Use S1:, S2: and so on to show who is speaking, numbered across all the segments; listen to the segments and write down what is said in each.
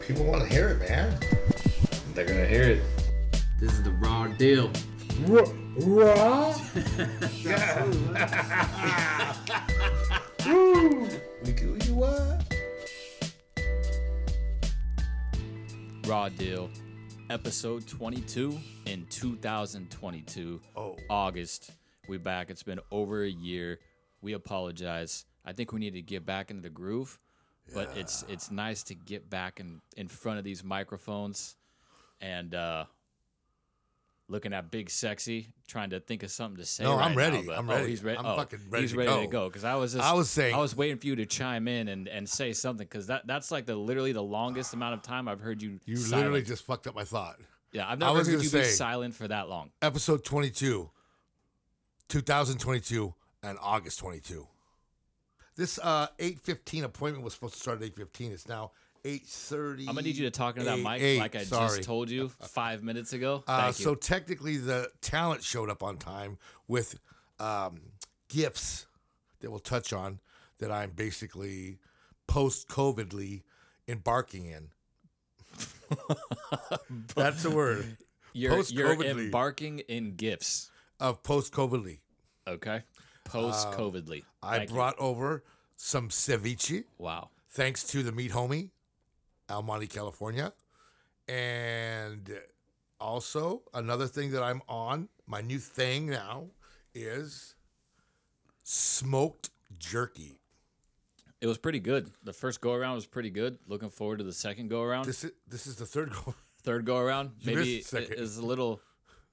S1: People want to hear it, man.
S2: They're gonna hear it.
S3: This is the raw deal.
S1: Raw. We could, we could what?
S4: Raw Deal, episode 22 in 2022,
S1: Oh.
S4: August. We back. It's been over a year. We apologize. I think we need to get back into the groove, but it's it's nice to get back in in front of these microphones and uh looking at Big Sexy, trying to think of something to say.
S1: No, I'm
S4: right now,
S1: ready.
S4: but-
S1: I'm
S4: oh,
S1: ready.
S4: he's ready.
S1: I'm
S4: oh,
S1: fucking ready
S4: He's
S1: to
S4: ready to
S1: go.
S4: go because I was just
S1: I was saying-
S4: I was waiting for you to chime in and and say something because that that's like the literally the longest amount of time I've heard you.
S1: You
S4: silent.
S1: literally just fucked up my thought.
S4: Yeah, I've
S1: I
S4: never
S1: was
S4: heard
S1: gonna
S4: you be
S1: say-
S4: silent for that long.
S1: Episode 22, 2022, and August 22. This uh 8:15 appointment was supposed to start at 8:15. It's now 8:30.
S4: I'm gonna need you to talk into that mic
S1: eight,
S4: like I
S1: sorry.
S4: just told you five minutes ago.
S1: Uh,
S4: Thank you.
S1: so technically, the talent showed up on time with um, gifts that we'll touch on that I'm basically post-covidly embarking in. That's the word
S4: you're you're
S1: post-covidly.
S4: embarking in gifts.
S1: of post-covidly.
S4: Okay, post covidly.
S1: Uh, I
S4: Thank you.
S1: brought over some ceviche
S4: Wow.
S1: thanks to the meat homie, Almonte, California, and also another thing that I'm on. My new thing now is smoked jerky.
S4: It was pretty good. The first go around was pretty good. Looking forward to the second go around.
S1: This is this is the third go.
S4: Third go around,
S1: You missed
S4: maybe
S1: the second.
S4: it is a little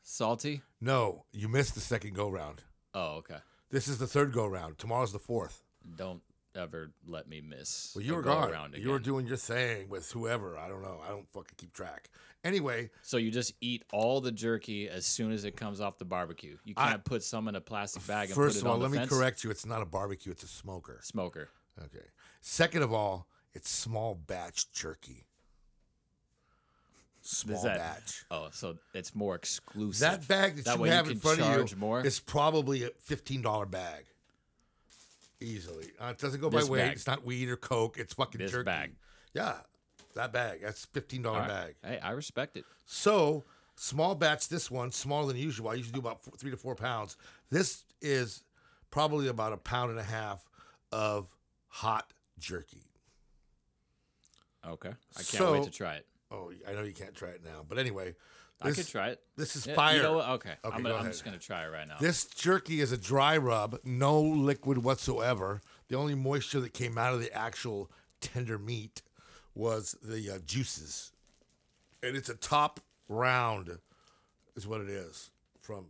S4: salty.
S1: No, you missed the second go round.
S4: Oh, okay.
S1: This is the third go round. Tomorrow's the fourth.
S4: Don't ever let me miss.
S1: Well, you
S4: a
S1: were
S4: go
S1: gone.
S4: Around again.
S1: You were doing your thing with whoever. I don't know. I don't fucking keep track. Anyway,
S4: So you just eat all the jerky as soon as it comes off the barbecue. You
S1: I-
S4: can't put some in a plastic bag and put
S1: first
S4: it
S1: of all,
S4: on the
S1: let me
S4: fence.
S1: correct you. It's not a barbecue. It's a smoker.
S4: Smoker.
S1: Okay. Second of all, it's small batch jerky. Small
S4: that-
S1: batch.
S4: Oh, so it's more exclusive.
S1: That bag that,
S4: That
S1: you
S4: way you
S1: have in
S4: can
S1: front of
S4: charge
S1: you
S4: more?
S1: is probably a fifteen dollar bag. Easily, uh, it doesn't go
S4: This
S1: by weight.
S4: bag.
S1: It's not weed or coke. It's fucking
S4: This
S1: jerky.
S4: bag.
S1: Yeah, that bag. That's fifteen dollar
S4: All right.
S1: bag.
S4: Hey, I respect it.
S1: So small batch. This one smaller than usual. I usually do about four, three to four pounds. This is probably about a pound and a half of hot jerky.
S4: Okay. I can't
S1: So-
S4: wait to try it.
S1: Oh, I know you can't try it now, but anyway,
S4: I
S1: this,
S4: could try it.
S1: this is
S4: Yeah,
S1: fire.
S4: You know what? Okay.
S1: Okay,
S4: I'm,
S1: go
S4: gonna, I'm
S1: ahead.
S4: just going to try it right now.
S1: This jerky is a dry rub, no liquid whatsoever. The only moisture that came out of the actual tender meat was the uh, juices, and it's a top round, is what it is from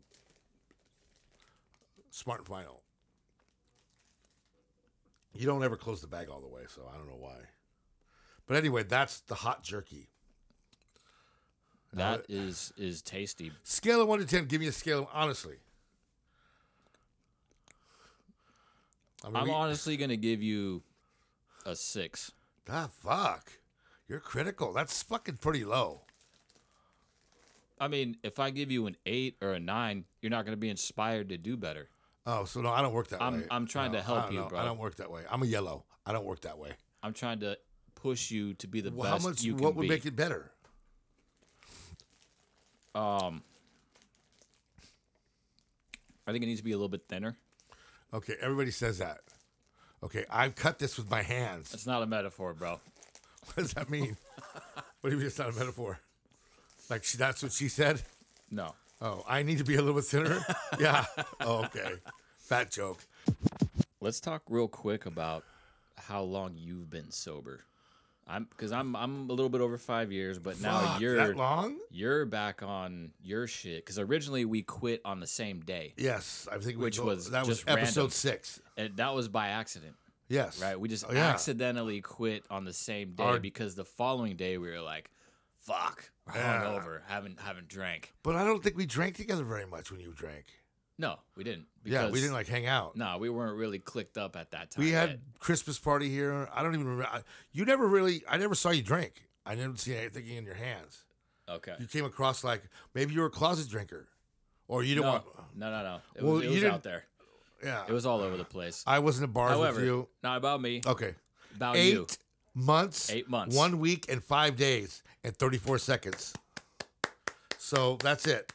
S1: Smart and Final. You don't ever close the bag all the way, so I don't know why. But anyway, that's the hot jerky.
S4: that is is tasty.
S1: Scale of one to ten. Give me a scale, honestly. I mean,
S4: I'm
S1: we-
S4: honestly going to give you a six.
S1: ah, fuck. You're critical. That's fucking pretty low.
S4: I mean, if I give you an eight or a nine, you're not going to be inspired to do better.
S1: Oh, so no, I don't work that
S4: I'm-
S1: way.
S4: I'm trying
S1: No,
S4: to help
S1: I don't
S4: you,
S1: know.
S4: bro.
S1: I don't work that way. I'm a yellow. I don't work that way.
S4: I'm trying to push you to be the
S1: Well, how
S4: best
S1: much?
S4: you can
S1: What would
S4: be.
S1: make it better?
S4: Um, I think it needs to be a little bit thinner.
S1: Okay, everybody says that. Okay, I've cut this with my hands.
S4: It's not a metaphor, bro.
S1: What does that mean? what do you mean it's not a metaphor? Like she, that's what she said.
S4: No.
S1: Oh, I need to be a little bit thinner. yeah. Oh, okay. Fat joke.
S4: Let's talk real quick about how long you've been sober. I'm because I'm I'm a little bit over five years, but now
S1: Fuck,
S4: you're
S1: that long?
S4: you're back on your shit. Because originally we quit on the same day,
S1: Yes, I think we
S4: Which
S1: go-
S4: was
S1: that was
S4: just
S1: episode
S4: random.
S1: six.
S4: and that was by accident,
S1: Yes,
S4: right? We just
S1: Oh, yeah.
S4: accidentally quit on the same day
S1: Our-
S4: because the following day we were like, "Fuck, we're
S1: Yeah.
S4: hungover, haven't haven't drank."
S1: But I don't think we drank together very much when you drank.
S4: No, we didn't.
S1: yeah, we didn't like hang out.
S4: No, we weren't really clicked up at that time.
S1: we had
S4: yet.
S1: Christmas party here. I don't even remember. I, you never really. I never saw you drink. I never see anything in your hands.
S4: okay.
S1: You came across like maybe you were a closet drinker, or you
S4: no,
S1: didn't want.
S4: no, no, no. It
S1: Well,
S4: was, it
S1: you
S4: was
S1: didn't-
S4: out there.
S1: Yeah,
S4: It was all over the place.
S1: I wasn't at bars
S4: However,
S1: with you.
S4: not about me.
S1: Okay,
S4: About
S1: eight
S4: you.
S1: months,
S4: Eight months.
S1: one week, and five days and 34 seconds. So that's it.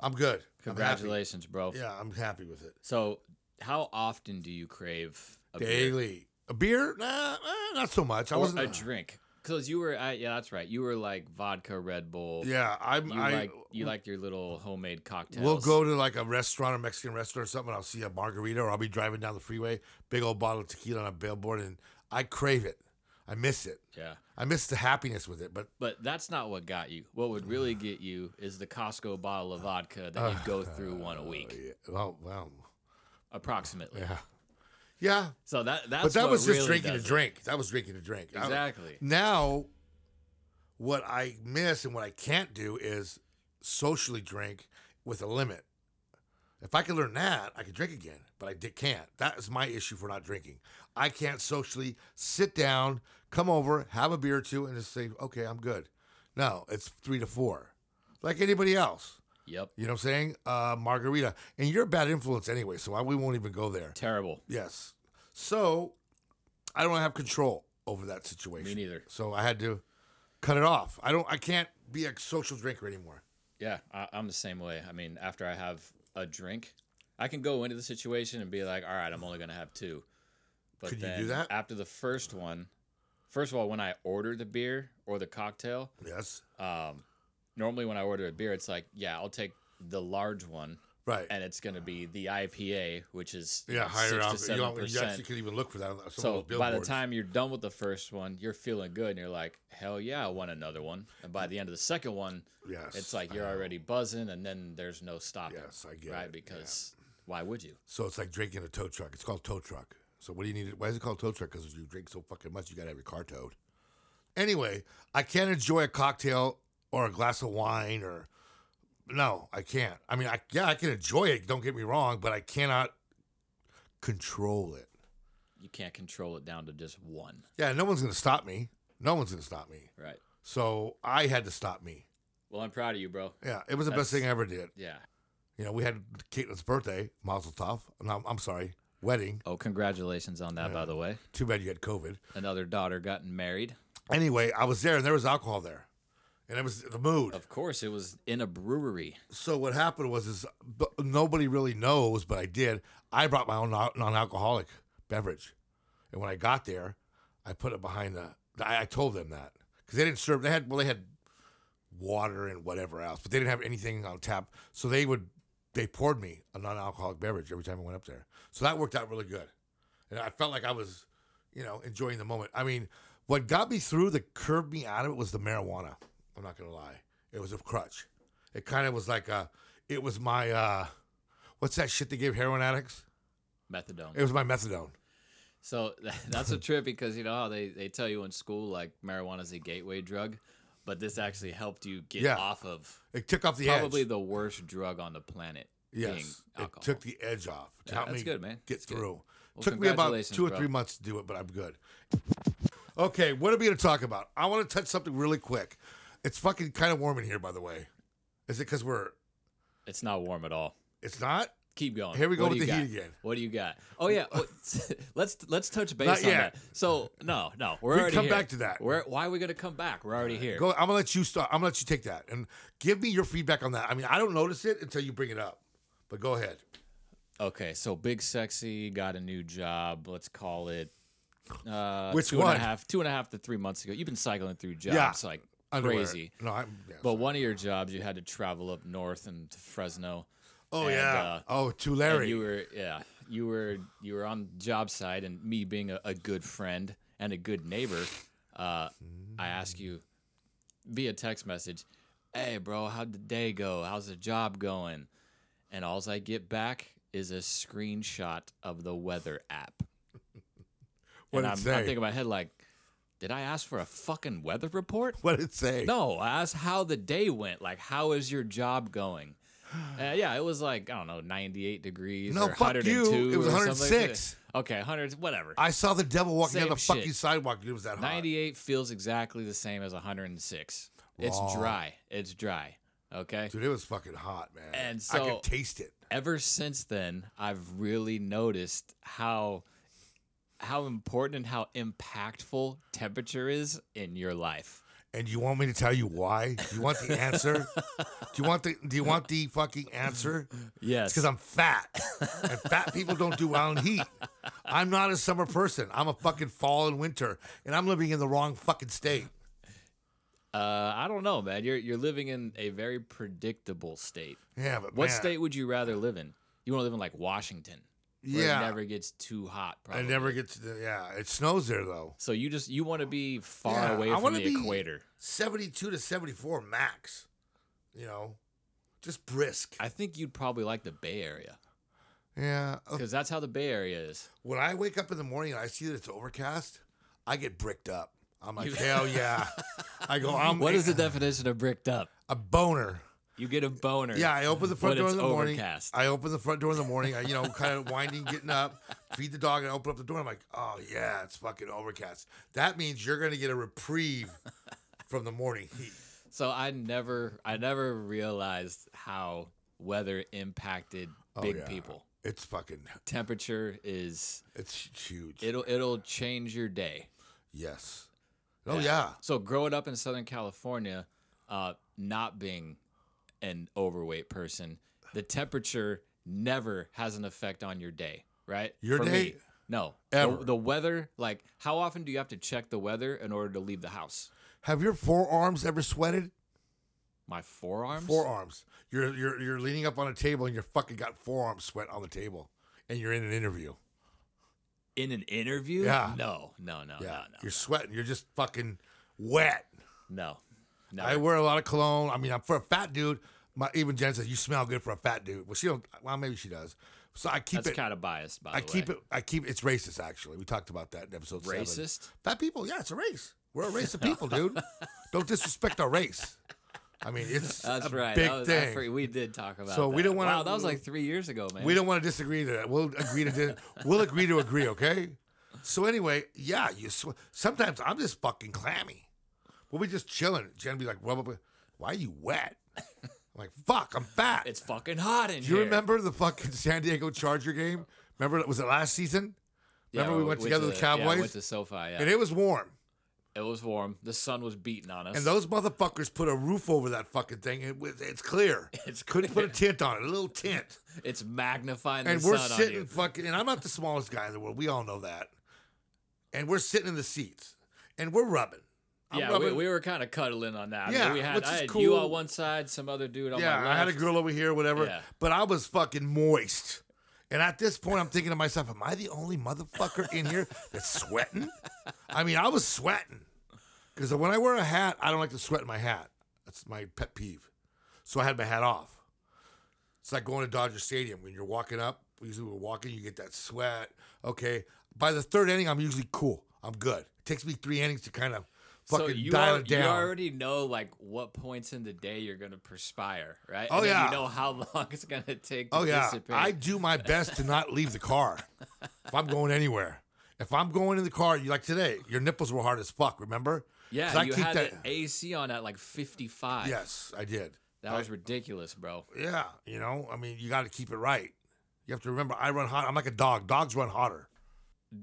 S1: I'm good. I'm happy.
S4: Congratulations, bro.
S1: yeah, I'm happy with it.
S4: So, how often do you crave a beer
S1: Daily. A beer? Nah, eh, not so much. I
S4: or
S1: wasn't.
S4: a drink? Because you were, I, yeah, that's right. You were like vodka, Red Bull.
S1: yeah, I'm.
S4: You
S1: I,
S4: like you like your little homemade cocktails.
S1: We'll go to like a restaurant, a Mexican restaurant or something. and I'll see a margarita, or I'll be driving down the freeway, big old bottle of tequila on a billboard, and I crave it. I miss it.
S4: Yeah,
S1: I miss the happiness with it. But
S4: but that's not what got you. What would really get you is the Costco bottle of vodka that you go through one a week,
S1: Ah, Oh, yeah, well, well,
S4: approximately.
S1: yeah, yeah.
S4: So that that's
S1: But that
S4: what
S1: was
S4: really
S1: just drinking a
S4: does it.
S1: drink. That was drinking a drink. I-
S4: Exactly.
S1: now, what I miss and what I can't do is socially drink with a limit. If I could learn that, I could drink again, but I di- can't. That is my issue for not drinking. I can't socially sit down, come over, have a beer or two, and just say, okay, I'm good. No, it's three to four, like anybody else.
S4: Yep.
S1: You know what I'm saying? Uh, margarita. And you're a bad influence anyway, so I, we won't even go there.
S4: Terrible.
S1: Yes. So I don't have control over that
S4: Me
S1: situation.
S4: neither.
S1: So I had to cut it off. I don't. I can't be a social drinker anymore.
S4: Yeah, I, I'm the same way. I mean, after I have a drink, I can go into the situation and be like, all right, I'm only going to have two. But
S1: Could you do
S4: then
S1: that?
S4: After the first one, first of all, when I order the beer or the cocktail,
S1: Yes.
S4: um, normally when I order a beer, it's like, yeah, I'll take the large one.
S1: Right.
S4: And it's going to be the IPA, which is
S1: yeah.
S4: six
S1: Higher
S4: to
S1: alcohol. You,
S4: seven
S1: don't- you actually
S4: percent.
S1: could even look for that. On some
S4: So
S1: of those
S4: by the
S1: billboards.
S4: time you're done with the first one, you're feeling good, and you're like, hell yeah, I want another one. And by the end of the second one,
S1: Yes.
S4: it's like you're already buzzing, and then there's no stopping.
S1: Uh, Yes, I get
S4: right
S1: it,
S4: because why would you?
S1: So it's like drinking a tow truck. It's called tow truck. So what do you need? Why is it called tow truck? Because you drink so fucking much, you gotta have your car towed. Anyway, I can't enjoy a cocktail or a glass of wine or no, I can't. I mean, I yeah, I can enjoy it. Don't get me wrong, but I cannot control it.
S4: You can't control it down to just one,
S1: Yeah, no one's gonna stop me. No one's gonna stop me.
S4: right?
S1: So I had to stop me.
S4: Well, I'm proud of you, bro.
S1: Yeah, it was the best
S4: That's-
S1: thing I ever did.
S4: Yeah.
S1: You know, we had Caitlin's birthday, Mazel Tov. No, I'm sorry, wedding.
S4: Oh, congratulations on that, by the way.
S1: Too bad you had COVID.
S4: Another daughter gotten married.
S1: anyway, I was there and there was alcohol there. And it was the mood.
S4: Of course, it was in a brewery.
S1: So what happened was is b- nobody really knows, but I did. I brought my own non- non-alcoholic beverage. And when I got there, I put it behind the I, I told them that cuz they didn't serve they had well they had water and whatever else, but they didn't have anything on tap. So they would they poured me a non-alcoholic beverage every time I went up there. So that worked out really good. And I felt like I was, you know, enjoying the moment. I mean, what got me through the curved me out of it was the marijuana. I'm not going to lie. It was a crutch. It kind of was like a, it was my, uh, what's that shit they give heroin addicts?
S4: Methadone.
S1: It was my methadone.
S4: So that's a trip because you know how they, they tell you in school like marijuana's a gateway drug, but this actually helped you get
S1: Yeah.
S4: off of
S1: It took off the
S4: probably
S1: edge.
S4: the worst drug on the planet. being
S1: yes, it
S4: alcohol.
S1: took the edge off. It
S4: Yeah,
S1: helped
S4: that's
S1: me
S4: good, man.
S1: get
S4: That's good.
S1: through.
S4: Well,
S1: took me about
S4: congratulations,
S1: two or
S4: bro.
S1: three months to do it, but I'm good. Okay, what are we going to talk about? I want to touch something really quick. It's fucking kind of warm in here, by the way. Is it because we're?
S4: It's not warm at all.
S1: It's not.
S4: Keep going.
S1: Here we go
S4: What do
S1: with
S4: you
S1: the
S4: got?
S1: heat again.
S4: What do you got? Oh yeah, what- let's let's touch base
S1: Not
S4: on
S1: yet.
S4: that. So no, no, we're
S1: We
S4: already
S1: come
S4: here.
S1: back to that. Uh,
S4: We're, why are we gonna come back? We're already here.
S1: Go. I'm gonna let you start. I'm gonna let you take that and give me your feedback on that. I mean, I don't notice it until you bring it up. But go ahead.
S4: Okay, so Big Sexy got a new job. Let's call it uh,
S1: Which
S4: two and a
S1: one?
S4: half- two and a half to three months ago. You've been cycling through
S1: Yeah.
S4: jobs like
S1: Underwear.
S4: crazy.
S1: No, I'm. Yeah,
S4: But one of your jobs, you had to travel up north and to Fresno.
S1: oh
S4: and,
S1: yeah.
S4: uh,
S1: oh, to
S4: And
S1: Larry.
S4: you were, yeah, you were, you were on job site, and me being a, a good friend and a good neighbor, uh, I ask you via text message, "Hey, bro, how'd the day go? How's the job going?" And alls I get back is a screenshot of the weather app.
S1: What'd
S4: and
S1: it
S4: I'm,
S1: say?
S4: I'm thinking in my head like, "Did I ask for a fucking weather report?"
S1: what did it say?
S4: No, I asked how the day went. Like, how is your job going? Uh, yeah, it was like I don't know, ninety-eight degrees.
S1: No,
S4: or
S1: fuck
S4: 102
S1: you. It was
S4: or something like
S1: 106.
S4: that. okay, hundred, whatever.
S1: I saw the devil walking down
S4: Same
S1: the fucking
S4: shit.
S1: sidewalk. Dude, it was that hot.
S4: Ninety-eight feels exactly the same as hundred and six. It's
S1: Wrong.
S4: dry. It's dry. Okay.
S1: Dude, it was fucking hot, man.
S4: And
S1: I
S4: so-
S1: could taste it.
S4: Ever since then, I've really noticed how how important and how impactful temperature is in your life.
S1: And you want me to tell you why? Do you want the answer? do you want the Do you want the fucking answer?
S4: Yes.
S1: It's because I'm fat, and fat people don't do well in heat. I'm not a summer person. I'm a fucking fall and winter, and I'm living in the wrong fucking state.
S4: Uh, I don't know, man. You're you're living in a very predictable state.
S1: Yeah, but
S4: What
S1: man,
S4: state would you rather live in? You want to live in like Washington, where
S1: Yeah,
S4: it never gets too hot.
S1: I
S4: Probably.
S1: never get to. The, yeah, it snows there though.
S4: So you just you want to be far
S1: Yeah,
S4: away
S1: I
S4: from
S1: wanna
S4: the
S1: be-
S4: equator.
S1: 72 to 74 max. You know, just brisk.
S4: I think you'd probably like the Bay Area
S1: yeah. uh,
S4: because that's how the Bay Area is.
S1: When I wake up in the morning and I see that it's overcast, I get bricked up. I'm like, hell yeah. I go, I'm
S4: What is the definition of bricked up?
S1: a boner.
S4: You get a boner.
S1: Yeah, I open the front
S4: When
S1: door
S4: it's
S1: in the morning.
S4: overcast.
S1: I open the front door in the morning. I, you know, kind of winding, getting up, feed the dog, and I open up the door. I'm like, oh yeah, it's fucking overcast. That means you're gonna get a reprieve from the morning heat.
S4: So I never I never realized how weather impacted big
S1: Oh, yeah.
S4: people.
S1: It's fucking,
S4: Temperature is
S1: it's huge.
S4: it'll it'll change your day.
S1: yes. Oh yeah.
S4: So growing up in Southern California, uh, not being an overweight person, the temperature never has an effect on your day, right?
S1: Your
S4: me,
S1: day?
S4: no.
S1: Ever.
S4: The, the weather, like, how often do you have to check the weather in order to leave the house?
S1: Have your forearms ever sweated?
S4: My forearms.
S1: Forearms. You're you're you're leaning up on a table and you're fucking got forearm sweat on the table, and you're in an interview.
S4: in an interview?
S1: Yeah.
S4: No, no, Oh, no,
S1: Yeah,
S4: no, no,
S1: you're sweating. You're just fucking wet.
S4: no, no.
S1: I wear a lot of cologne. I mean, I'm for a fat dude. My even Jen says you smell good for a fat dude. Well, she don't. Well, maybe she does. So I keep
S4: That's
S1: it.
S4: kind of biased, by
S1: I
S4: the way.
S1: keep it. I keep it's racist. Actually, we talked about that in episode seven.
S4: Racist?
S1: Fat people. Yeah, it's a race. We're a race of people, dude. don't disrespect our race. I mean, it's
S4: That's
S1: a
S4: right.
S1: big
S4: That was- I
S1: thing.
S4: forget- we did talk about.
S1: So we
S4: that.
S1: don't wanna-
S4: Wow, that was like three years ago, man.
S1: We don't want to disagree to that. We'll agree to di- we'll agree to agree, okay? So anyway, yeah, you sw- sometimes I'm just fucking clammy. We'll be just chilling. Jen be like, "Rub up, why are you wet?" I'm like, "Fuck, I'm fat."
S4: It's fucking hot in
S1: Do
S4: here.
S1: you remember the fucking San Diego Charger game? Remember was it last season? Remember we went together
S4: to
S1: with
S4: yeah, we
S1: Cowboys?
S4: went to SoFi. Yeah.
S1: And it was warm,
S4: It was warm. The sun was beating on us.
S1: and those motherfuckers put a roof over that fucking thing. It, was- it's clear.
S4: It's
S1: couldn't put a tint on it, a little tint.
S4: it's magnifying
S1: and
S4: the
S1: we're
S4: sun on
S1: sitting
S4: you.
S1: fucking and i'm not the smallest guy in the world we all know that and we're sitting in the seats and we're rubbing I'm
S4: yeah, we,
S1: rubbing.
S4: we were kind of cuddling on that. I mean,
S1: Yeah,
S4: we had,
S1: which
S4: I
S1: is
S4: had you
S1: cool.
S4: on one side, some other dude on
S1: yeah
S4: my left.
S1: i had a girl over here whatever
S4: Yeah.
S1: but i was fucking moist and at this point i'm thinking to myself am i the only motherfucker in here that's sweating i mean i was sweating because when i wear a hat i don't like to sweat in my hat that's my pet peeve so i had my hat off It's like going to Dodger Stadium when you're walking up. Usually we're walking, you get that sweat. Okay. By the third inning, I'm usually cool. I'm good. It takes me three innings to kind of fucking
S4: so you,
S1: dial
S4: al-
S1: it
S4: you
S1: down.
S4: already know like what points in the day you're gonna perspire, right?
S1: Oh,
S4: and then
S1: yeah.
S4: You know how long it's gonna take. To
S1: oh yeah.
S4: dissipate.
S1: I do my best to not leave the car if I'm going anywhere. If I'm going in the car, you like today, your nipples were hard as fuck, remember? 'Cause
S4: yeah.
S1: I
S4: You
S1: keep
S4: had
S1: that-
S4: the AC on at like 55.
S1: Yes, I did.
S4: That was ridiculous, bro.
S1: Yeah, you know, I mean, you got to keep it right. You have to remember, I run hot. I'm like a dog. Dogs run hotter.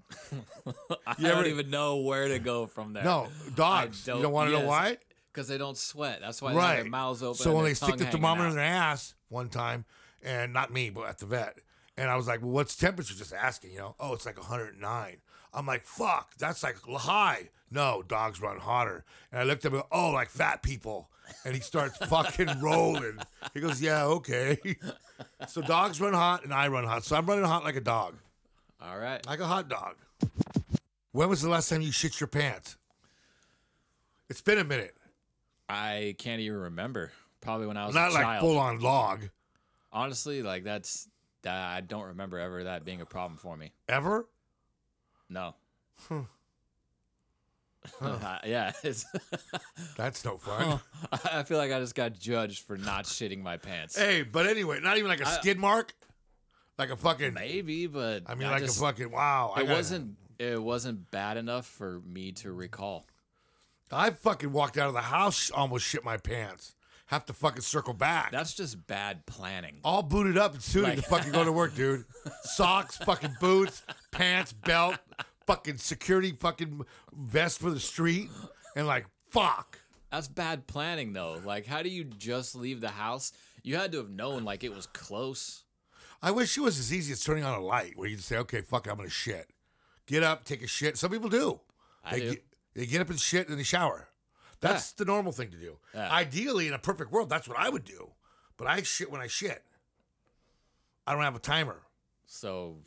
S4: I
S1: ever-
S4: don't even know where to go from there.
S1: No, dogs. you
S4: Uh, don't-
S1: don't want to know
S4: yes.
S1: why?
S4: because they don't sweat. That's why they have
S1: right.
S4: their mouths open.
S1: So
S4: and
S1: when
S4: their
S1: they stick
S4: tongue
S1: the
S4: hanging
S1: thermometer
S4: out.
S1: in their ass one time, and not me, but at the vet, and I was like, "Well, what's temperature?" Just asking, you know. Oh, it's like 109. I'm like, "Fuck, that's like high." No, dogs run hotter. And I looked at him. Oh, like fat people. And he starts fucking rolling. He goes, "Yeah, okay." so dogs run hot, and I run hot. So I'm running hot like a dog,
S4: All right.
S1: like a hot dog. When was the last time you shit your pants? It's been a minute.
S4: I can't even remember. Probably when I was
S1: Not
S4: a
S1: like
S4: child.
S1: full on log.
S4: Honestly, like that's that I don't remember ever that being a problem for me.
S1: Ever?
S4: No.
S1: Hmm.
S4: yeah, it's,
S1: That's no fun.
S4: I feel like I just got judged for not shitting my pants.
S1: Hey, but anyway, not even like a skid mark, like a fucking.
S4: Maybe, but
S1: I mean, like
S4: just-
S1: a fucking. Wow, I
S4: It
S1: gotta-
S4: wasn't. It wasn't bad enough for me to recall.
S1: I fucking walked out of the house, almost shit my pants. Have to fucking circle back.
S4: That's just bad planning.
S1: all booted up and suited
S4: Like-
S1: to fucking go to work, dude. Socks, fucking boots, pants, belt, fucking security fucking vest for the street and like fuck.
S4: That's bad planning, though. Like, how do you just leave the house? You had to have known, like, it was close.
S1: I wish it was as easy as turning on a light where you just say, okay, fuck, it, I'm gonna shit. Get up, take a shit. Some people do.
S4: I
S1: they,
S4: do.
S1: Get, they get up and shit and they shower. That's the normal thing to do.
S4: Yeah.
S1: Ideally, in a perfect world, that's what I would do. But I shit when I shit. I don't have a timer.
S4: So,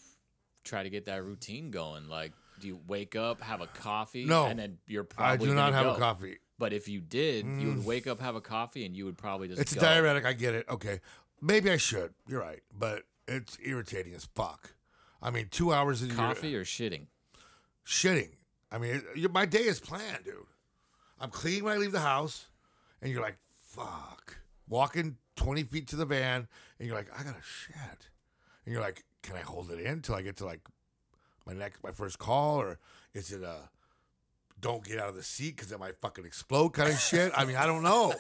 S4: try to get that routine going. Like, do you wake up, have a coffee?
S1: No.
S4: and then you're
S1: I
S4: probably.
S1: do not
S4: gonna
S1: have a
S4: go.
S1: coffee.
S4: But if you did, you would wake up, have a coffee, and you would probably just.
S1: It's
S4: go.
S1: a diuretic. I get it. Okay. Maybe I should. You're right. But it's irritating as fuck. I mean, two hours in
S4: Coffee or shitting?
S1: shitting. I mean, it- your- my day is planned, dude. I'm clean when I leave the house, and you're like, fuck. Walking 20 feet to the van, and you're like, I gotta shit. And you're like, can I hold it in till I get to like my next, my first call? Or is it a don't get out of the seat because it might fucking explode kind of shit? I mean, I don't know.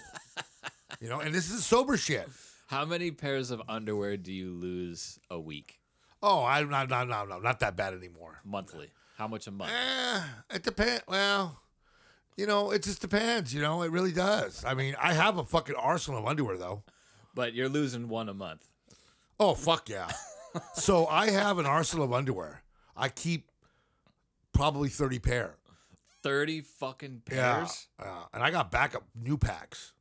S1: You know, and this is sober shit.
S4: How many pairs of underwear do you lose a week,
S1: Oh, I'm not, not, not, not, not that bad anymore.
S4: monthly? How much a month?
S1: Eh, it depends. Well, you know, it just depends. You know, it really does. I mean, I have a fucking arsenal of underwear though.
S4: But you're losing one a month.
S1: Oh fuck yeah! so I have an arsenal of underwear. I keep probably thirty pair.
S4: Thirty fucking
S1: Yeah,
S4: pairs.
S1: yeah. and I got backup new packs.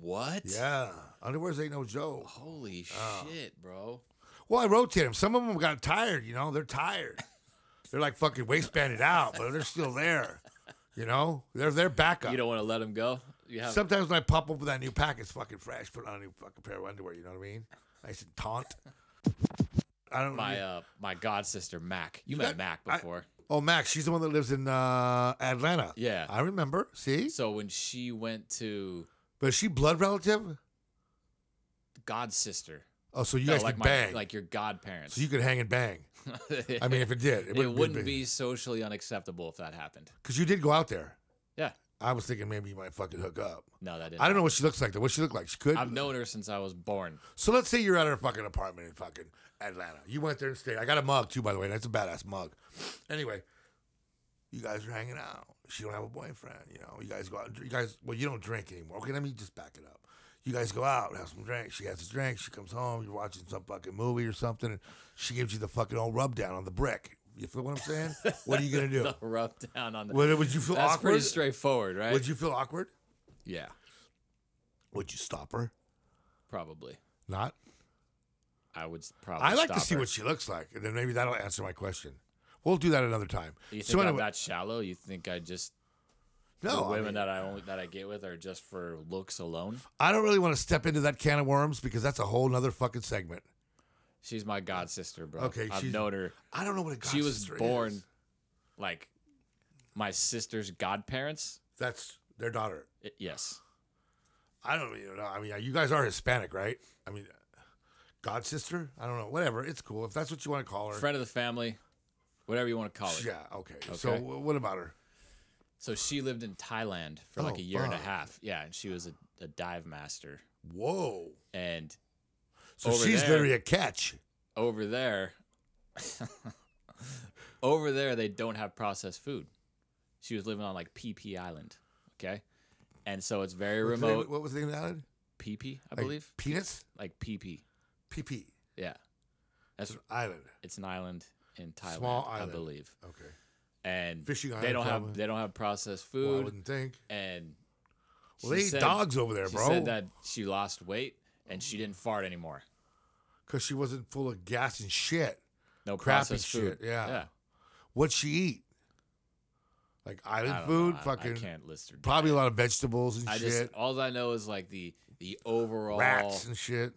S4: What?
S1: Yeah, Oh. underwear's ain't no joke.
S4: Holy shit, bro.
S1: Well, I rotate them. Some of them got tired. You know, they're tired. They're like fucking waistbanded out, but they're still there. You know, they're they're backup.
S4: You don't want to let him go. You have
S1: Sometimes when I pop open that new pack, it's fucking fresh. Put on a new fucking pair of underwear. You know what I mean? Nice and taunt. I don't
S4: my
S1: know.
S4: uh my god sister Mac. You, met
S1: got-
S4: Mac
S1: I-
S4: before.
S1: Oh, Max, she's the one that lives in uh, Atlanta.
S4: Yeah.
S1: I remember. See,
S4: so when she went to
S1: but is she blood relative.
S4: god sister,
S1: Oh, so you
S4: no,
S1: guys
S4: like
S1: could
S4: my
S1: bang.
S4: like your godparents.
S1: so you could hang and bang. I mean, if it did, it,
S4: it
S1: wouldn't,
S4: wouldn't, be socially unacceptable if that happened.
S1: because you did go out there.
S4: Yeah.
S1: I was thinking maybe you might fucking hook up.
S4: No, that didn't.
S1: I don't know what she looks like. Though. What she look like? She could.
S4: I've known her since I was born.
S1: So let's say you're at her fucking apartment in fucking Atlanta. You went there and stayed. I got a mug too, by the way. That's a badass mug. Anyway, you guys are hanging out. She don't have a boyfriend. You know, you guys go out. And, drink- you guys, well, you don't drink anymore. Okay, let me just back it up. You guys go out, have some drinks. She has a drink. She comes home. You're watching some fucking movie or something. And she gives you the fucking old rub down on the brick. You feel what I'm saying? What are you gonna do?
S4: Rub down on the.
S1: Would, would you feel
S4: That's
S1: awkward?
S4: pretty straightforward, right?
S1: Would you feel awkward?
S4: yeah,
S1: Would you stop her?
S4: probably.
S1: Not.
S4: I would s- probably.
S1: I like
S4: stop
S1: to see
S4: her.
S1: what she looks like, and then maybe that'll answer my question. We'll do that another time.
S4: You
S1: So
S4: think I'm
S1: anyway-
S4: that shallow? You think I just the
S1: no, I,
S4: women
S1: mean,
S4: that I only that I get with are just for looks alone?
S1: I don't really want to step into that can of worms because that's a whole nother fucking segment.
S4: She's my god sister, bro.
S1: Okay,
S4: I've
S1: she's-
S4: known her.
S1: I don't know what a god
S4: she was
S1: sister
S4: born
S1: is.
S4: like my sister's godparents.
S1: That's their daughter.
S4: I- yes,
S1: I don't even know. I mean, you guys are Hispanic, right? I mean, god sister. I don't know. Whatever. It's cool if that's what you want to call her.
S4: friend of the family, whatever you want to call it.
S1: Yeah. Okay. So
S4: Okay.
S1: wh- what about her?
S4: So she lived in Thailand for like
S1: Oh,
S4: a year and a
S1: fuck.
S4: half. Yeah, and she was a, a dive master.
S1: Whoa.
S4: And
S1: So
S4: Over
S1: she's
S4: there-
S1: literally a catch.
S4: over there, over there they don't have processed food. She was living on like PP Island, okay, and so it's very
S1: What's the name-
S4: remote.
S1: What was the name of that? island?
S4: PP, I
S1: Like
S4: believe,
S1: Penis.
S4: like PP.
S1: PP.
S4: Yeah, that's
S1: Island.
S4: it's an island in Thailand,
S1: Small
S4: I
S1: island.
S4: believe.
S1: Okay.
S4: And
S1: Fishing
S4: they
S1: island,
S4: don't have
S1: probably.
S4: they don't have processed
S1: Well, I
S4: food,
S1: wouldn't think.
S4: and
S1: Well, they
S4: she
S1: eat
S4: said-
S1: dogs over there,
S4: she
S1: bro.
S4: said that she lost weight and she didn't fart anymore.
S1: because she wasn't full of gas and shit.
S4: No
S1: Crappy
S4: processed food.
S1: shit, yeah.
S4: yeah.
S1: What'd she eat? Like
S4: I
S1: island
S4: don't
S1: food,
S4: know. I- I
S1: fucking
S4: can't list her. diet.
S1: probably a lot of vegetables and
S4: I just
S1: shit,
S4: all I know is like the the overall
S1: rats and shit.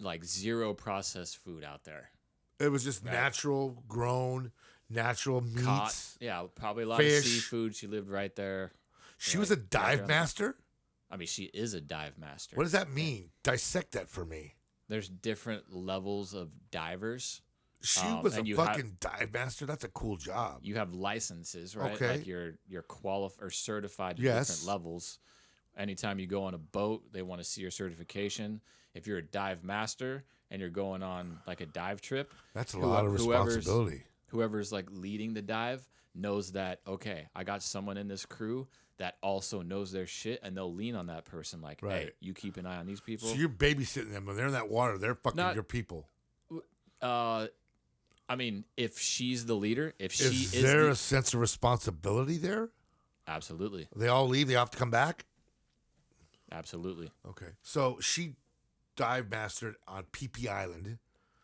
S4: like zero processed food out there.
S1: It was just
S4: Right.
S1: natural grown, natural meats.
S4: Caught, yeah, probably a lot of
S1: fish.
S4: seafood. She lived right there.
S1: She
S4: Yeah,
S1: was a
S4: like
S1: dive
S4: background.
S1: master.
S4: I mean, she is a dive master.
S1: What does that mean? Dissect that for me.
S4: There's different levels of divers.
S1: She
S4: Um,
S1: was a
S4: and you
S1: fucking
S4: had-
S1: dive master. That's a cool job.
S4: You have licenses, right?
S1: Okay.
S4: Like you're you're qualified or certified to
S1: Yes.
S4: different levels. Anytime you go on a boat, they want to see your certification. If you're a dive master and you're going on like a dive trip,
S1: That's a
S4: who-
S1: lot of
S4: whoever's-
S1: responsibility.
S4: whoever's like leading the dive knows that okay, I got someone in this crew that also knows their shit, and they'll lean on that person. Like, hey,
S1: Right.
S4: you keep an eye on these people.
S1: So you're babysitting them when they're in that water. They're fucking
S4: Not-
S1: your people.
S4: uh, I mean, if she's the leader, if she
S1: Is
S4: is,
S1: there
S4: the-
S1: a sense of responsibility there?
S4: absolutely,
S1: They all leave. They all have to come back.
S4: absolutely,
S1: Okay. So she dive mastered on PP Island,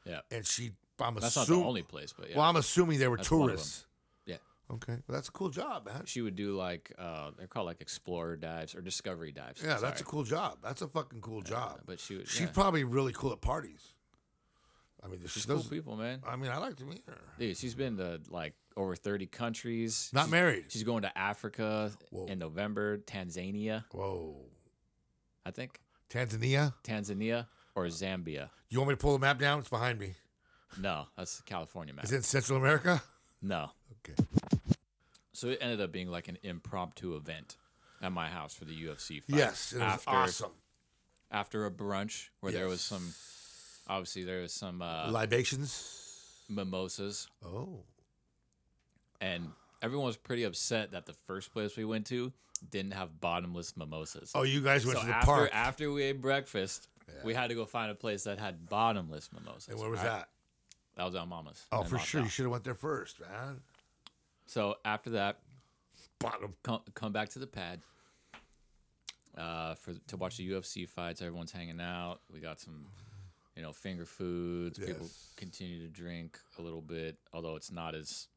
S4: yeah.
S1: and she. I'm
S4: That's not
S1: assuming.
S4: the only place, but yeah,
S1: Well, I'm assuming they were
S4: That's one of them.
S1: tourists.
S4: Yeah.
S1: Okay. Well, that's a cool job, man.
S4: she would do like uh, they're called like explorer dives or discovery dives.
S1: Yeah, that's a
S4: sorry. Uh,
S1: cool job. That's a fucking cool job.
S4: But she would,
S1: She's
S4: yeah.
S1: probably really cool at parties. I mean,
S4: she's
S1: she
S4: cool
S1: does.
S4: people, man.
S1: I mean, I like to meet her.
S4: Dude, she's been to like over 30 countries.
S1: Not
S4: she's,
S1: married.
S4: She's going to Africa
S1: Whoa.
S4: in November, Tanzania,
S1: Whoa.
S4: I think.
S1: Tanzania.
S4: Tanzania or Zambia.
S1: You want me to pull the map down? It's behind me.
S4: No, that's California, man.
S1: Is it in Central America?
S4: No.
S1: Okay.
S4: So it ended up being like an impromptu event at my house for the UFC fight.
S1: Yes, it was
S4: after,
S1: awesome.
S4: After a brunch where there was
S1: Yes.
S4: some, obviously, there was some uh,
S1: Libations.
S4: mimosas
S1: Oh.
S4: and everyone was pretty upset that the first place we went to didn't have bottomless mimosas.
S1: Oh, you guys went
S4: so
S1: to the
S4: after,
S1: park.
S4: after we ate breakfased, we had to go find a place that had bottomless mimosas.
S1: and where was
S4: right?
S1: that?
S4: That was on Mama's.
S1: Oh,
S4: in
S1: for
S4: Long
S1: sure. You
S4: Top.
S1: should have went there first, man.
S4: So after that,
S1: Bottom.
S4: come, come back to the pad uh, for to watch the UFC fights. Everyone's hanging out. We got some, you know, finger foods. People
S1: Yes.
S4: continue to drink a little bit, although it's not as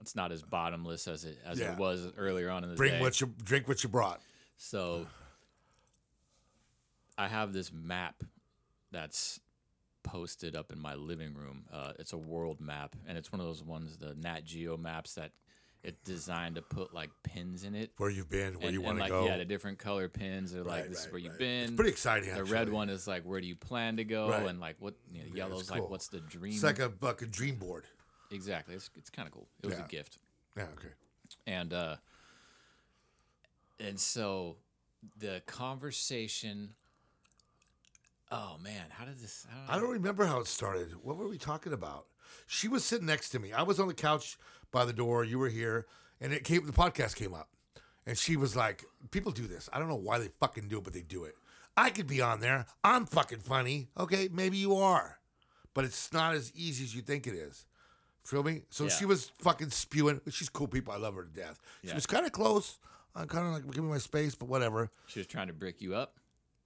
S4: it's not as bottomless as it as
S1: Yeah.
S4: it was earlier on in the
S1: Bring
S4: day.
S1: what you drink. What you brought.
S4: So I have this map that's posted up in my living room. Uh, it's a world map, and it's one of those ones, the Nat Geo maps that it's designed to put like pins in it.
S1: Where you've been. Where
S4: and,
S1: you
S4: and,
S1: want to
S4: like
S1: go.
S4: yeah, the different color pins are like
S1: Right,
S4: this is
S1: right,
S4: where you've
S1: right.
S4: been.
S1: It's pretty exciting.
S4: the
S1: actually.
S4: red one is like where do you plan to go,
S1: Right.
S4: and like what you know,
S1: it's
S4: yellow's like
S1: cool.
S4: what's the dream?
S1: It's like a fucking dream board.
S4: exactly. It's it's kind of cool. It was
S1: Yeah.
S4: a gift.
S1: Yeah. Okay.
S4: and uh and so the conversation oh man how did this how did
S1: I don't remember how it started. What were we talking about? She was sitting next to me. I was on the couch by the door. You were here, and it came. The podcast came up, and she was like, "People do this. I don't know why they fucking do it, but they do it. I could be on there. I'm fucking funny. Okay, maybe you are, but it's not as easy as you think it is. Feel me? So
S4: Yeah.
S1: she was fucking spewing. She's cool people. I love her to death. She
S4: Yeah.
S1: was kind of close. I'm kind of like, give me my space, but whatever.
S4: she was trying to brick you up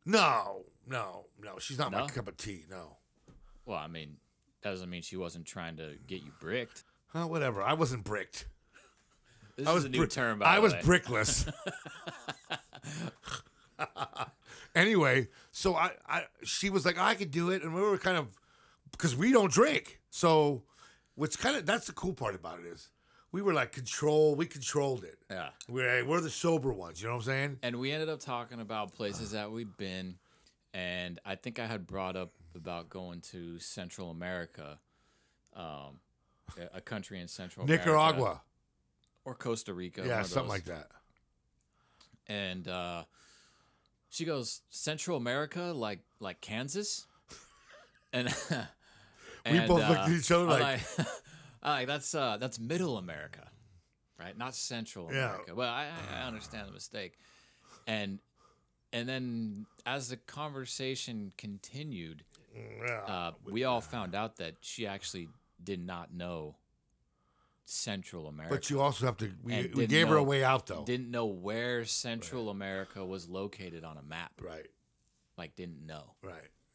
S1: No, no, no. She's not
S4: No?
S1: my cup of tea. No.
S4: well i mean that doesn't mean she wasn't trying to get you bricked
S1: Huh, whatever. I wasn't bricked.
S4: this
S1: I
S4: is
S1: was
S4: a new
S1: brick-
S4: term by
S1: I
S4: the
S1: was
S4: way.
S1: brickless. anyway, so I, I, she was like, I could do it, and we were kind of, because we don't drink. So, what's kind of that's the cool part about it is, we were like control. We controlled it.
S4: yeah
S1: We're we're the sober ones. You know what I'm saying?
S4: and we ended up talking about places that we've been and i think i had brought up about going to central america um a- a country in Central America.
S1: Nicaragua.
S4: or Costa Rica, one
S1: yeah,
S4: of
S1: something
S4: those.
S1: like that.
S4: and uh, she goes Central America, like like Kansas, and, and, uh,
S1: both looked at each other
S4: I'm
S1: like-
S4: like, I'm like, that's uh, that's Middle America, right? Not Central
S1: Yeah.
S4: America. Well, I, I I understand the mistake, and and then as the conversation continued,
S1: Yeah.
S4: uh, we all found out that she actually did not know Central America
S1: but you also have to. We,
S4: and
S1: we
S4: didn't
S1: gave her a
S4: know-
S1: way out though.
S4: didn't know where Central America was located on a map.
S1: Right,
S4: Like didn't know.
S1: right,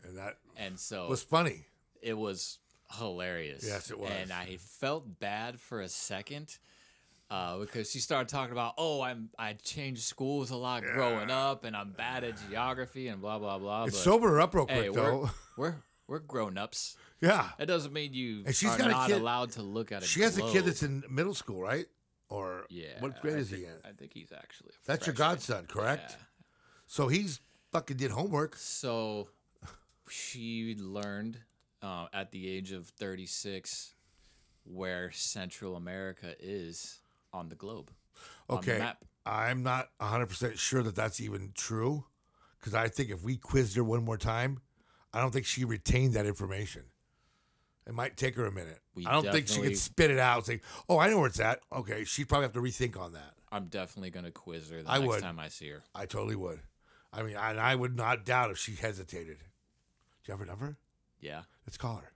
S1: and that
S4: And so
S1: was funny.
S4: it was hilarious.
S1: Yes, it was.
S4: And I felt bad for a second. Uh, because she started talking about, oh, I'm I changed schools a lot growing up, and I'm bad at geography, and blah blah blah.
S1: It
S4: but
S1: sobered her up real quick
S4: hey, we're,
S1: though.
S4: we're we're grown ups.
S1: yeah,
S4: That doesn't mean you
S1: And she's
S4: are
S1: got a
S4: not
S1: kid-
S4: allowed to look at it.
S1: She has a kid that's in middle school, right? Or
S4: yeah.
S1: what grade
S4: I
S1: is
S4: think,
S1: he in?
S4: I think he's actually. a
S1: That's your
S4: freshman.
S1: godson, correct?
S4: Yeah.
S1: So he's fucking did homework.
S4: So she learned uh, at the age of 36 where Central America is on the globe. on the
S1: Okay,
S4: map.
S1: I'm not 100 percent sure that that's even true, because I think if we quizzed her one more time, I don't think she retained that information. It might take her a minute.
S4: We
S1: I don't think she
S4: definitely-
S1: could spit it out. Think, oh, I know where it's at. Okay, she'd probably have to rethink on that.
S4: I'm definitely gonna quiz her the
S1: I
S4: next
S1: would.
S4: time I see her.
S1: I totally would. I mean, and I would not doubt if she hesitated. Do you have her number?
S4: Yeah.
S1: Let's call her.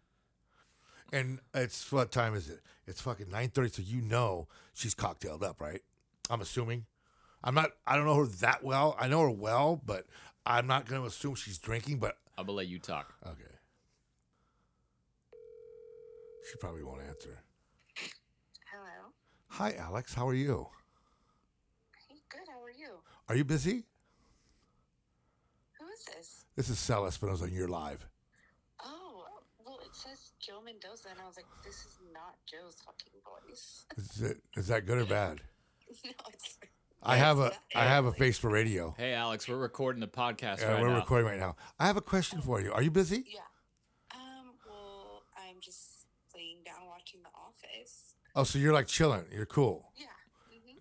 S1: And it's what time is it? It's fucking nine thirty. So you know she's cocktailed up, right? I'm assuming. I'm not. I don't know her that well. I know her well, but I'm not going to assume she's drinking. But
S4: I'm gonna let you talk.
S1: okay, she probably won't answer.
S5: Hello.
S1: Hi, Alex. How are you?
S5: Hey, good. How are you?
S1: Are you busy?
S5: Who is this?
S1: This is Sal Espinosa, and you're live.
S5: Oh, well, it says Joe Mendoza, and I was like, this is not Joe's fucking voice.
S1: Is, it, is that good or bad?
S5: no, it's.
S1: I have a I have a face for radio.
S4: Hey Alex, we're recording the podcast
S1: Yeah,
S4: right
S1: we're
S4: now.
S1: recording right now. I have a question for you. Are you busy?
S5: Yeah. Um. Well, I'm just laying down watching The Office.
S1: Oh, so you're like chilling. You're cool.
S5: Yeah.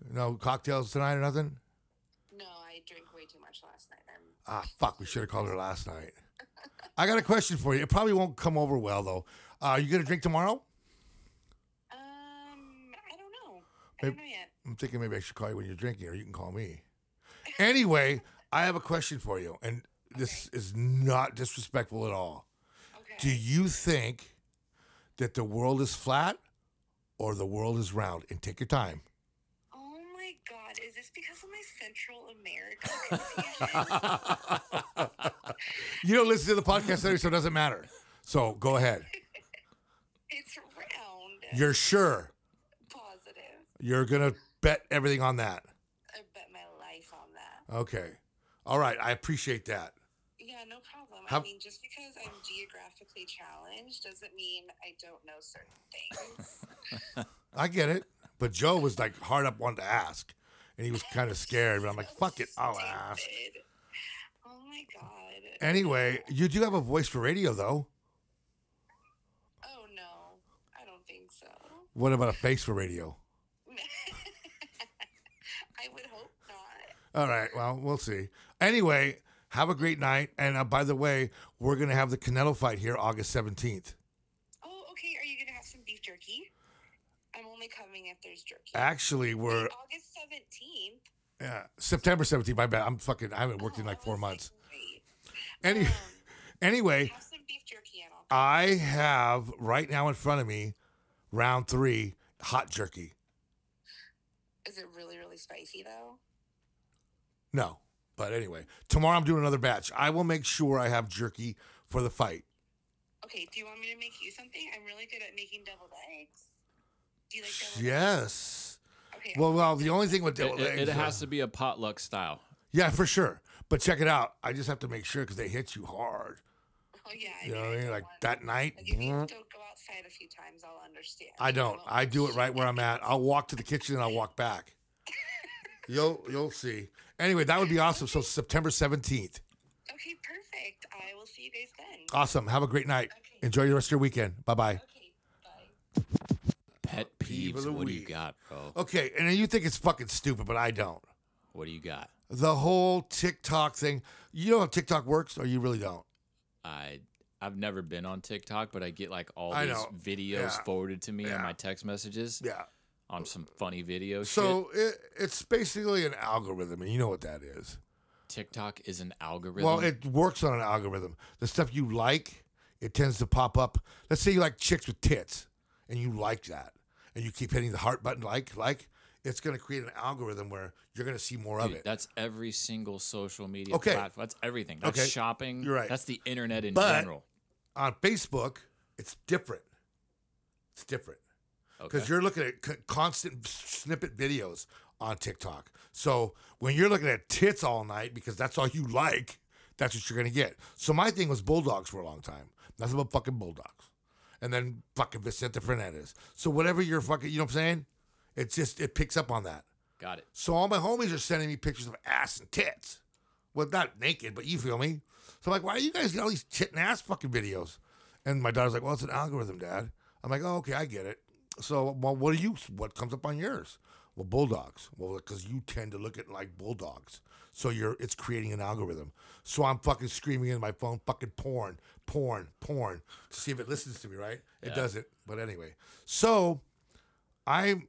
S5: hmm
S1: No cocktails tonight or nothing?
S5: No, I drank way too much last night. I'm.
S1: Ah, fuck. We should have called her last night. I got a question for you. It probably won't come over well, though. Uh, are you going to drink tomorrow?
S5: Um. I don't know. I
S1: Maybe-
S5: don't know yet.
S1: I'm thinking maybe I should call you when you're drinking, or you can call me. Anyway, I have a question for you, and this is not disrespectful at all.
S5: Okay.
S1: Do you think that the world is flat or the world is round? And take your time.
S5: oh my God! Is this because of my Central America confusion?
S1: You don't listen to the podcast anyway, so it doesn't matter. So go ahead.
S5: it's round.
S1: You're sure
S5: positive.
S1: you're gonna bet everything on that.
S5: I bet my life on that.
S1: Okay. All right. I appreciate that.
S5: Yeah, no problem.
S1: How-
S5: I mean, just because I'm geographically challenged doesn't mean I don't know certain things.
S1: I get it. But Joe was like hard up one to ask, and he was kind of scared. But I'm like, fuck it, I'll ask.
S5: Stupid. Oh my god.
S1: Anyway, you do have a voice for radio, though.
S5: Oh no, I don't think so.
S1: What about a face for radio?
S5: I would hope not.
S1: All right. Well, we'll see. Anyway, have a great night. And uh, by the way, we're gonna have the Canelo fight here August 17th.
S5: Oh, okay. Are you gonna have some beef jerky? I'm only coming if there's jerky.
S1: Actually, Ah, we're
S5: Wait, August seventeenth. Oh,
S1: uh, September 17th. My bad. I'm fucking. I haven't worked in like four months. Any, anyway,
S5: Um, have some beef jerky and I'll
S1: I have right now in front of me round three hot jerky.
S5: Is it really, really spicy though?
S1: No, but anyway, tomorrow I'm doing another batch. I will make sure I have jerky for the fight.
S5: Okay, do you want me to make you something? I'm really good at making deviled eggs. Do you like deviled
S1: Yes.
S5: eggs? Okay.
S1: Well, well, the only thing with
S4: It,
S1: deviled
S4: it- it
S1: eggs,
S4: has
S1: uh,
S4: to be a potluck style.
S1: yeah, for sure. But check it out. I just have to make sure because they hit you hard.
S5: oh yeah. I
S1: You know
S5: know
S1: what I mean?
S5: don't
S1: Like
S5: want-
S1: that night.
S5: Like if you don't go outside a few times, I'll understand.
S1: I don't.
S5: won't
S1: I do it
S5: push.
S1: right where I'm at. I'll walk to the kitchen and I'll walk back. You'll you'll see. Anyway, that would be awesome. So September 17th.
S5: Okay, perfect. I will see you guys then.
S1: Awesome. Have a great night.
S5: Okay.
S1: Enjoy the rest of your weekend. Bye bye.
S5: Okay, bye.
S4: Pet
S1: peeve of
S4: peeves.
S1: the
S4: What do you
S1: week. Oh.
S4: got, bro?
S1: Okay, and you think it's fucking stupid, but I don't.
S4: What do you got?
S1: The whole TikTok thing. You know how TikTok works, or you really don't.
S4: I I've never been on TikTok, but I get like all
S1: I
S4: these
S1: know.
S4: videos
S1: Yeah.
S4: forwarded to me in
S1: Yeah.
S4: my text messages
S1: Yeah.
S4: on some funny video Oh, shit.
S1: So it, it's basically an algorithm, and you know what that is.
S4: TikTok is an algorithm.
S1: Well, it works on an algorithm. The stuff you like, it tends to pop up. Let's say you like chicks with tits, and you like that, and you keep hitting the heart button, like, like. It's going to create an algorithm where you're going to see more
S4: Dude,
S1: of it.
S4: That's every single social media
S1: Okay.
S4: platform. That's everything. That's
S1: Okay.
S4: shopping.
S1: You're right.
S4: That's the internet in
S1: But-
S4: general.
S1: on Facebook, it's different. It's different because
S4: Okay.
S1: you're looking at c- constant snippet videos on TikTok. So when you're looking at tits all night because that's all you like, that's what you're gonna get. So my thing was bulldogs for a long time. Nothing but fucking bulldogs, and then fucking Vicente Fernandez. So whatever you're fucking, you know what I'm saying? It's just it picks up on that.
S4: Got it.
S1: So all my homies are sending me pictures of ass and tits. Well, not naked, but you feel me. So I'm like, why do you guys get all these tit and ass fucking videos? And my daughter's like, well, it's an algorithm, Dad. I'm like, oh, okay, I get it. So, well, what do you? What comes up on yours? Well, bulldogs. Well, because you tend to look at like bulldogs, so you're it's creating an algorithm. So I'm fucking screaming in my phone, fucking porn, porn, porn, to see if it listens to me. Right? It doesn't. But anyway, so I'm.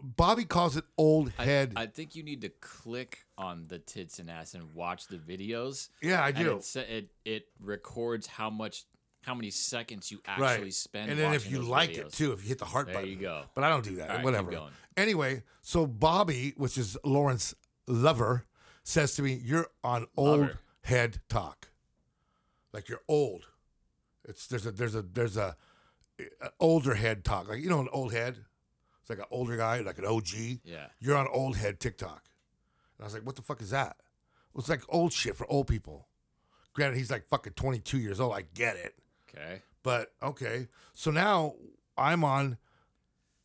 S1: Bobby calls it old head.
S4: I think you need to click on the tits and ass and watch the videos.
S1: yeah, I
S4: and
S1: do.
S4: It, sa- it it records how much how many seconds you actually
S1: right.
S4: spend.
S1: and then if
S4: watching
S1: you
S4: those
S1: like it
S4: videos.
S1: too, if you hit the heart
S4: There
S1: button.
S4: you go.
S1: But I don't do that.
S4: All right, keep
S1: Whatever.
S4: going.
S1: Anyway, so Bobby, which is Lawrence lover, says to me, "You're on old
S4: Lover.
S1: head talk. Like you're old. It's there's a there's a there's a, a older head talk. Like you know an old head. It's like an older guy, like an OG.
S4: yeah,
S1: You're on old head TikTok." And I was like, "What the fuck is that?" Well, it's like old shit for old people. Granted, he's like fucking 22 years old. I get it.
S4: okay,
S1: But okay. So now I'm on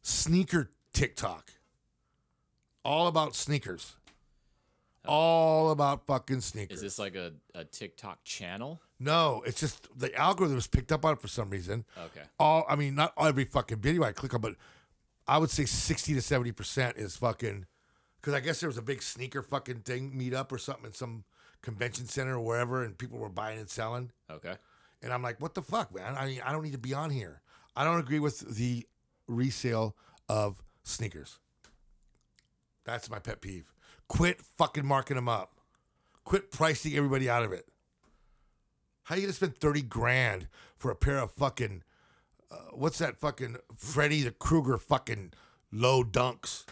S1: sneaker TikTok. All about sneakers. All about fucking sneakers.
S4: Oh. is this like a, a TikTok channel?
S1: no, it's just the algorithms picked up on it for some reason.
S4: Okay,
S1: All I mean, not every fucking video I click on, but I would say sixty to seventy percent is fucking because I guess there was a big sneaker fucking thing meetup or something in some convention center or wherever, and people were buying and selling.
S4: okay,
S1: And I'm like, what the fuck, man? I mean, I don't need to be on here. I don't agree with the resale of sneakers. That's my pet peeve. Quit fucking marking them up. Quit pricing everybody out of it. How you gonna spend thirty grand for a pair of fucking uh, what's that fucking Freddy the Krueger fucking low dunks?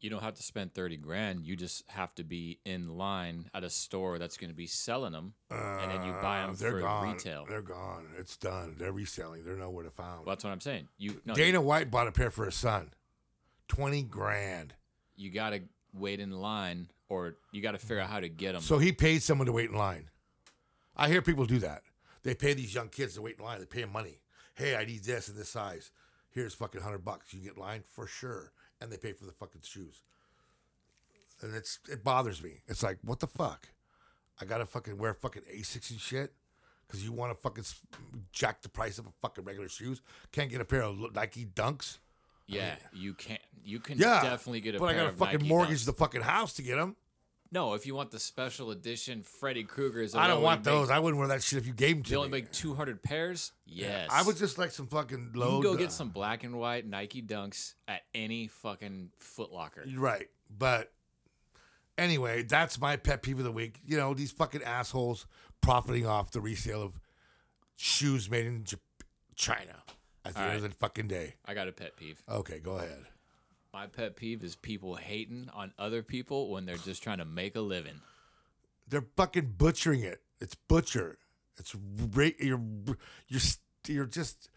S4: you don't have to spend thirty grand. You just have to be in line at a store that's going to be selling them, and then you buy
S1: Uh,
S4: them
S1: they're
S4: for
S1: gone.
S4: retail.
S1: They're gone. It's done. They're reselling. They're nowhere to find.
S4: Well, that's what I'm saying. You no,
S1: Dana White bought a pair for his son. Twenty grand.
S4: you got to wait in line, or you got to figure out how to get them.
S1: So he paid someone to wait in line. I hear people do that. They pay these young kids to wait in line. They pay them money. Hey, I need this in this size. Here's fucking hundred bucks. You can get in line for sure. And they pay for the fucking shoes. And it's it bothers me. It's like what the fuck? I gotta fucking wear fucking Asics and shit because you want to fucking s- jack the price of a fucking regular shoes. Can't get a pair of Nike Dunks.
S4: yeah, you can. You can
S1: Yeah,
S4: definitely get a.
S1: But I
S4: pair
S1: gotta
S4: of
S1: fucking
S4: Nike
S1: mortgage
S4: Dunks.
S1: the fucking house to get them.
S4: No, if you want the special edition Freddy Krueger's, that
S1: I don't
S4: only
S1: want
S4: make-
S1: those. I wouldn't wear that shit if you gave them to
S4: They only
S1: me.
S4: make 200 pairs. Yes,
S1: I would just like some fucking uh,
S4: You
S1: low.
S4: can go get some black and white Nike Dunks at any fucking Foot Locker.
S1: You're Right, but anyway, that's my pet peeve of the week. You know these fucking assholes profiting off the resale of shoes made in J- China at the
S4: All
S1: end of the fucking day.
S4: I got a pet peeve.
S1: Okay, go ahead.
S4: My pet peeve is people hating on other people when they're just trying to make a living.
S1: They're fucking butchering it. It's butcher. It's ra- you're you're st- you're just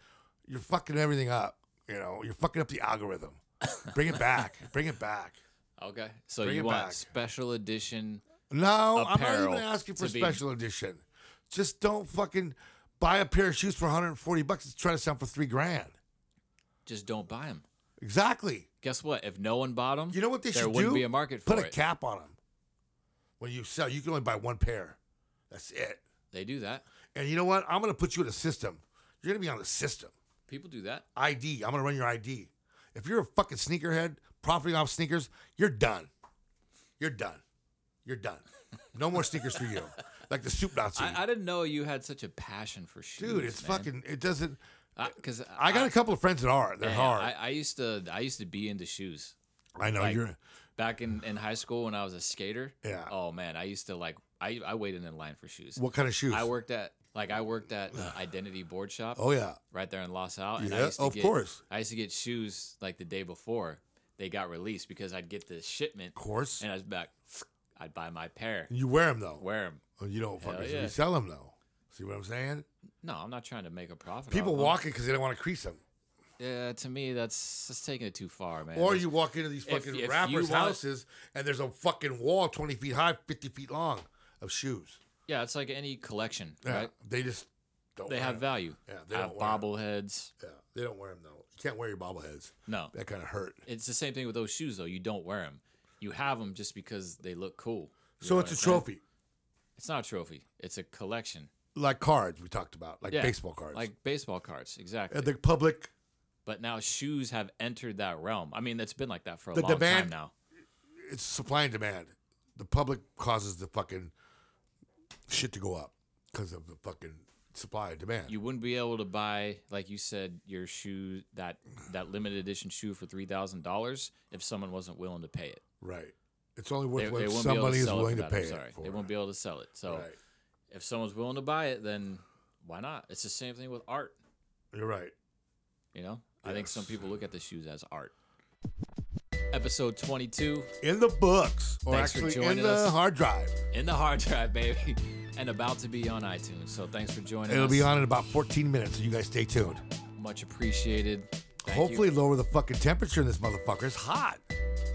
S1: you're fucking everything up. You know you're fucking up the algorithm. Bring it back. Bring it back.
S4: Okay, so
S1: Bring
S4: you
S1: it
S4: want
S1: back.
S4: special edition?
S1: No, I'm not
S4: apparel
S1: even asking for
S4: to be-
S1: special edition. Just don't fucking buy a pair of shoes for 140 bucks and try to sell for three grand.
S4: Just don't buy them.
S1: Exactly.
S4: Guess what? If no one bought them,
S1: You know what they
S4: there
S1: should
S4: wouldn't
S1: do?
S4: be a market for
S1: Put a
S4: it.
S1: cap on them. When you sell, you can only buy one pair. That's it.
S4: they do that.
S1: And you know what? I'm gonna put you in a system. You're gonna be on a system.
S4: People do that.
S1: ID. I'm gonna run your ID. If you're a fucking sneakerhead profiting off sneakers, you're done. You're done. You're done. No more sneakers for you. Like the soup Nazi.
S4: I, I didn't know you had such a passion for shoes,
S1: Dude, it's fucking it doesn't
S4: Because
S1: I got a couple of friends that are. They're
S4: Yeah,
S1: hard.
S4: I,
S1: I,
S4: I used to I used to be into shoes
S1: know
S4: like-
S1: you're.
S4: back in, in high school when I was a skater.
S1: Yeah.
S4: Oh man, I used to like I, I waited in line for shoes.
S1: What kind of shoes?
S4: I worked at like I worked at uh, Identity Board Shop.
S1: Oh yeah.
S4: Right there in Los Al. And I
S1: Yeah,
S4: used to
S1: of
S4: get,
S1: course.
S4: I used to get shoes like the day before they got released because I'd get the shipment
S1: Of course.
S4: and I was back. I'd buy my pair,
S1: And you wear them though.
S4: wear them.
S1: Oh, you don't fucking
S4: yeah.
S1: resell them though. See what I'm saying?
S4: No, I'm not trying to make a profit.
S1: People
S4: off 'em.
S1: walk it because they don't want to crease them.
S4: Yeah, to me that's that's taking it too far, man.
S1: Or
S4: That's-
S1: you walk into these
S4: if-
S1: fucking
S4: if you
S1: rappers'
S4: want-
S1: houses and there's a fucking wall 20 feet high, 50 feet long of shoes.
S4: yeah, it's like any collection,
S1: Yeah.
S4: right?
S1: They just don't.
S4: They
S1: wear
S4: have
S1: 'em.
S4: value.
S1: Yeah, they
S4: I have
S1: don't wear 'em.
S4: bobbleheads.
S1: Yeah, they don't wear them though. You can't wear your bobbleheads.
S4: No,
S1: That kind of hurt.
S4: it's the same thing with those shoes though. You don't wear them. You have them just because they look cool. You
S1: So
S4: know what
S1: it's a
S4: I'm saying?
S1: trophy,
S4: It's not a trophy. It's a collection.
S1: like cards we talked about, like
S4: Yeah,
S1: baseball cards.
S4: Like baseball cards, exactly.
S1: And the public
S4: But now shoes have entered that realm. I mean, that's been like that for a
S1: The
S4: long time
S1: demand-
S4: now.
S1: It's supply and demand. The public causes the fucking shit to go up because of the fucking supply and demand.
S4: You wouldn't be able to buy, like you said, your shoe that that limited edition shoe for three thousand dollars if someone wasn't willing to pay it.
S1: right. It's only worth
S4: they
S1: what
S4: won't
S1: somebody
S4: be able to
S1: is
S4: sell it for
S1: willing to
S4: that,
S1: pay
S4: I'm sorry.
S1: it for.
S4: They won't be able to sell it. So
S1: Right.
S4: if someone's willing to buy it, then why not? It's the same thing with art.
S1: You're right.
S4: You know, I think some
S1: Yes.
S4: people look at the shoes as art. Episode 22
S1: In the books, or
S4: Thanks for
S1: actually in
S4: joining
S1: the
S4: us.
S1: hard drive.
S4: in the hard drive, baby, and about to be on iTunes. So thanks for joining
S1: It'll
S4: us.
S1: be on in about 14 minutes, so you guys stay tuned.
S4: Much appreciated. Thank you.
S1: Hopefully, lower the fucking temperature in this motherfucker. It's hot.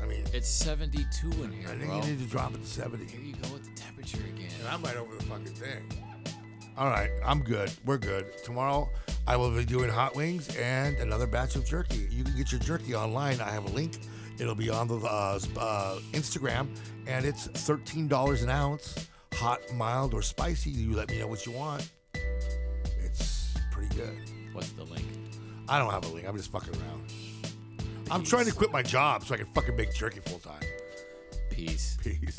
S1: I mean,
S4: it's 72 in here,
S1: I think
S4: bro.
S1: you need to drop it to
S4: Here
S1: 70.
S4: you go with the temperature again.
S1: And I'm right over the fucking thing. All right, I'm good. We're good. Tomorrow, I will be doing hot wings and another batch of jerky. You can get your jerky online. I have a link. It'll be on the uh, sp- uh, Instagram, and it's $13 an ounce, hot, mild, or spicy. You let me know what you want. It's pretty good.
S4: What's the link?
S1: I don't have a link. I'm just fucking around. I'm trying to quit my job so I can fucking make jerky full time.
S4: Peace.
S1: Peace.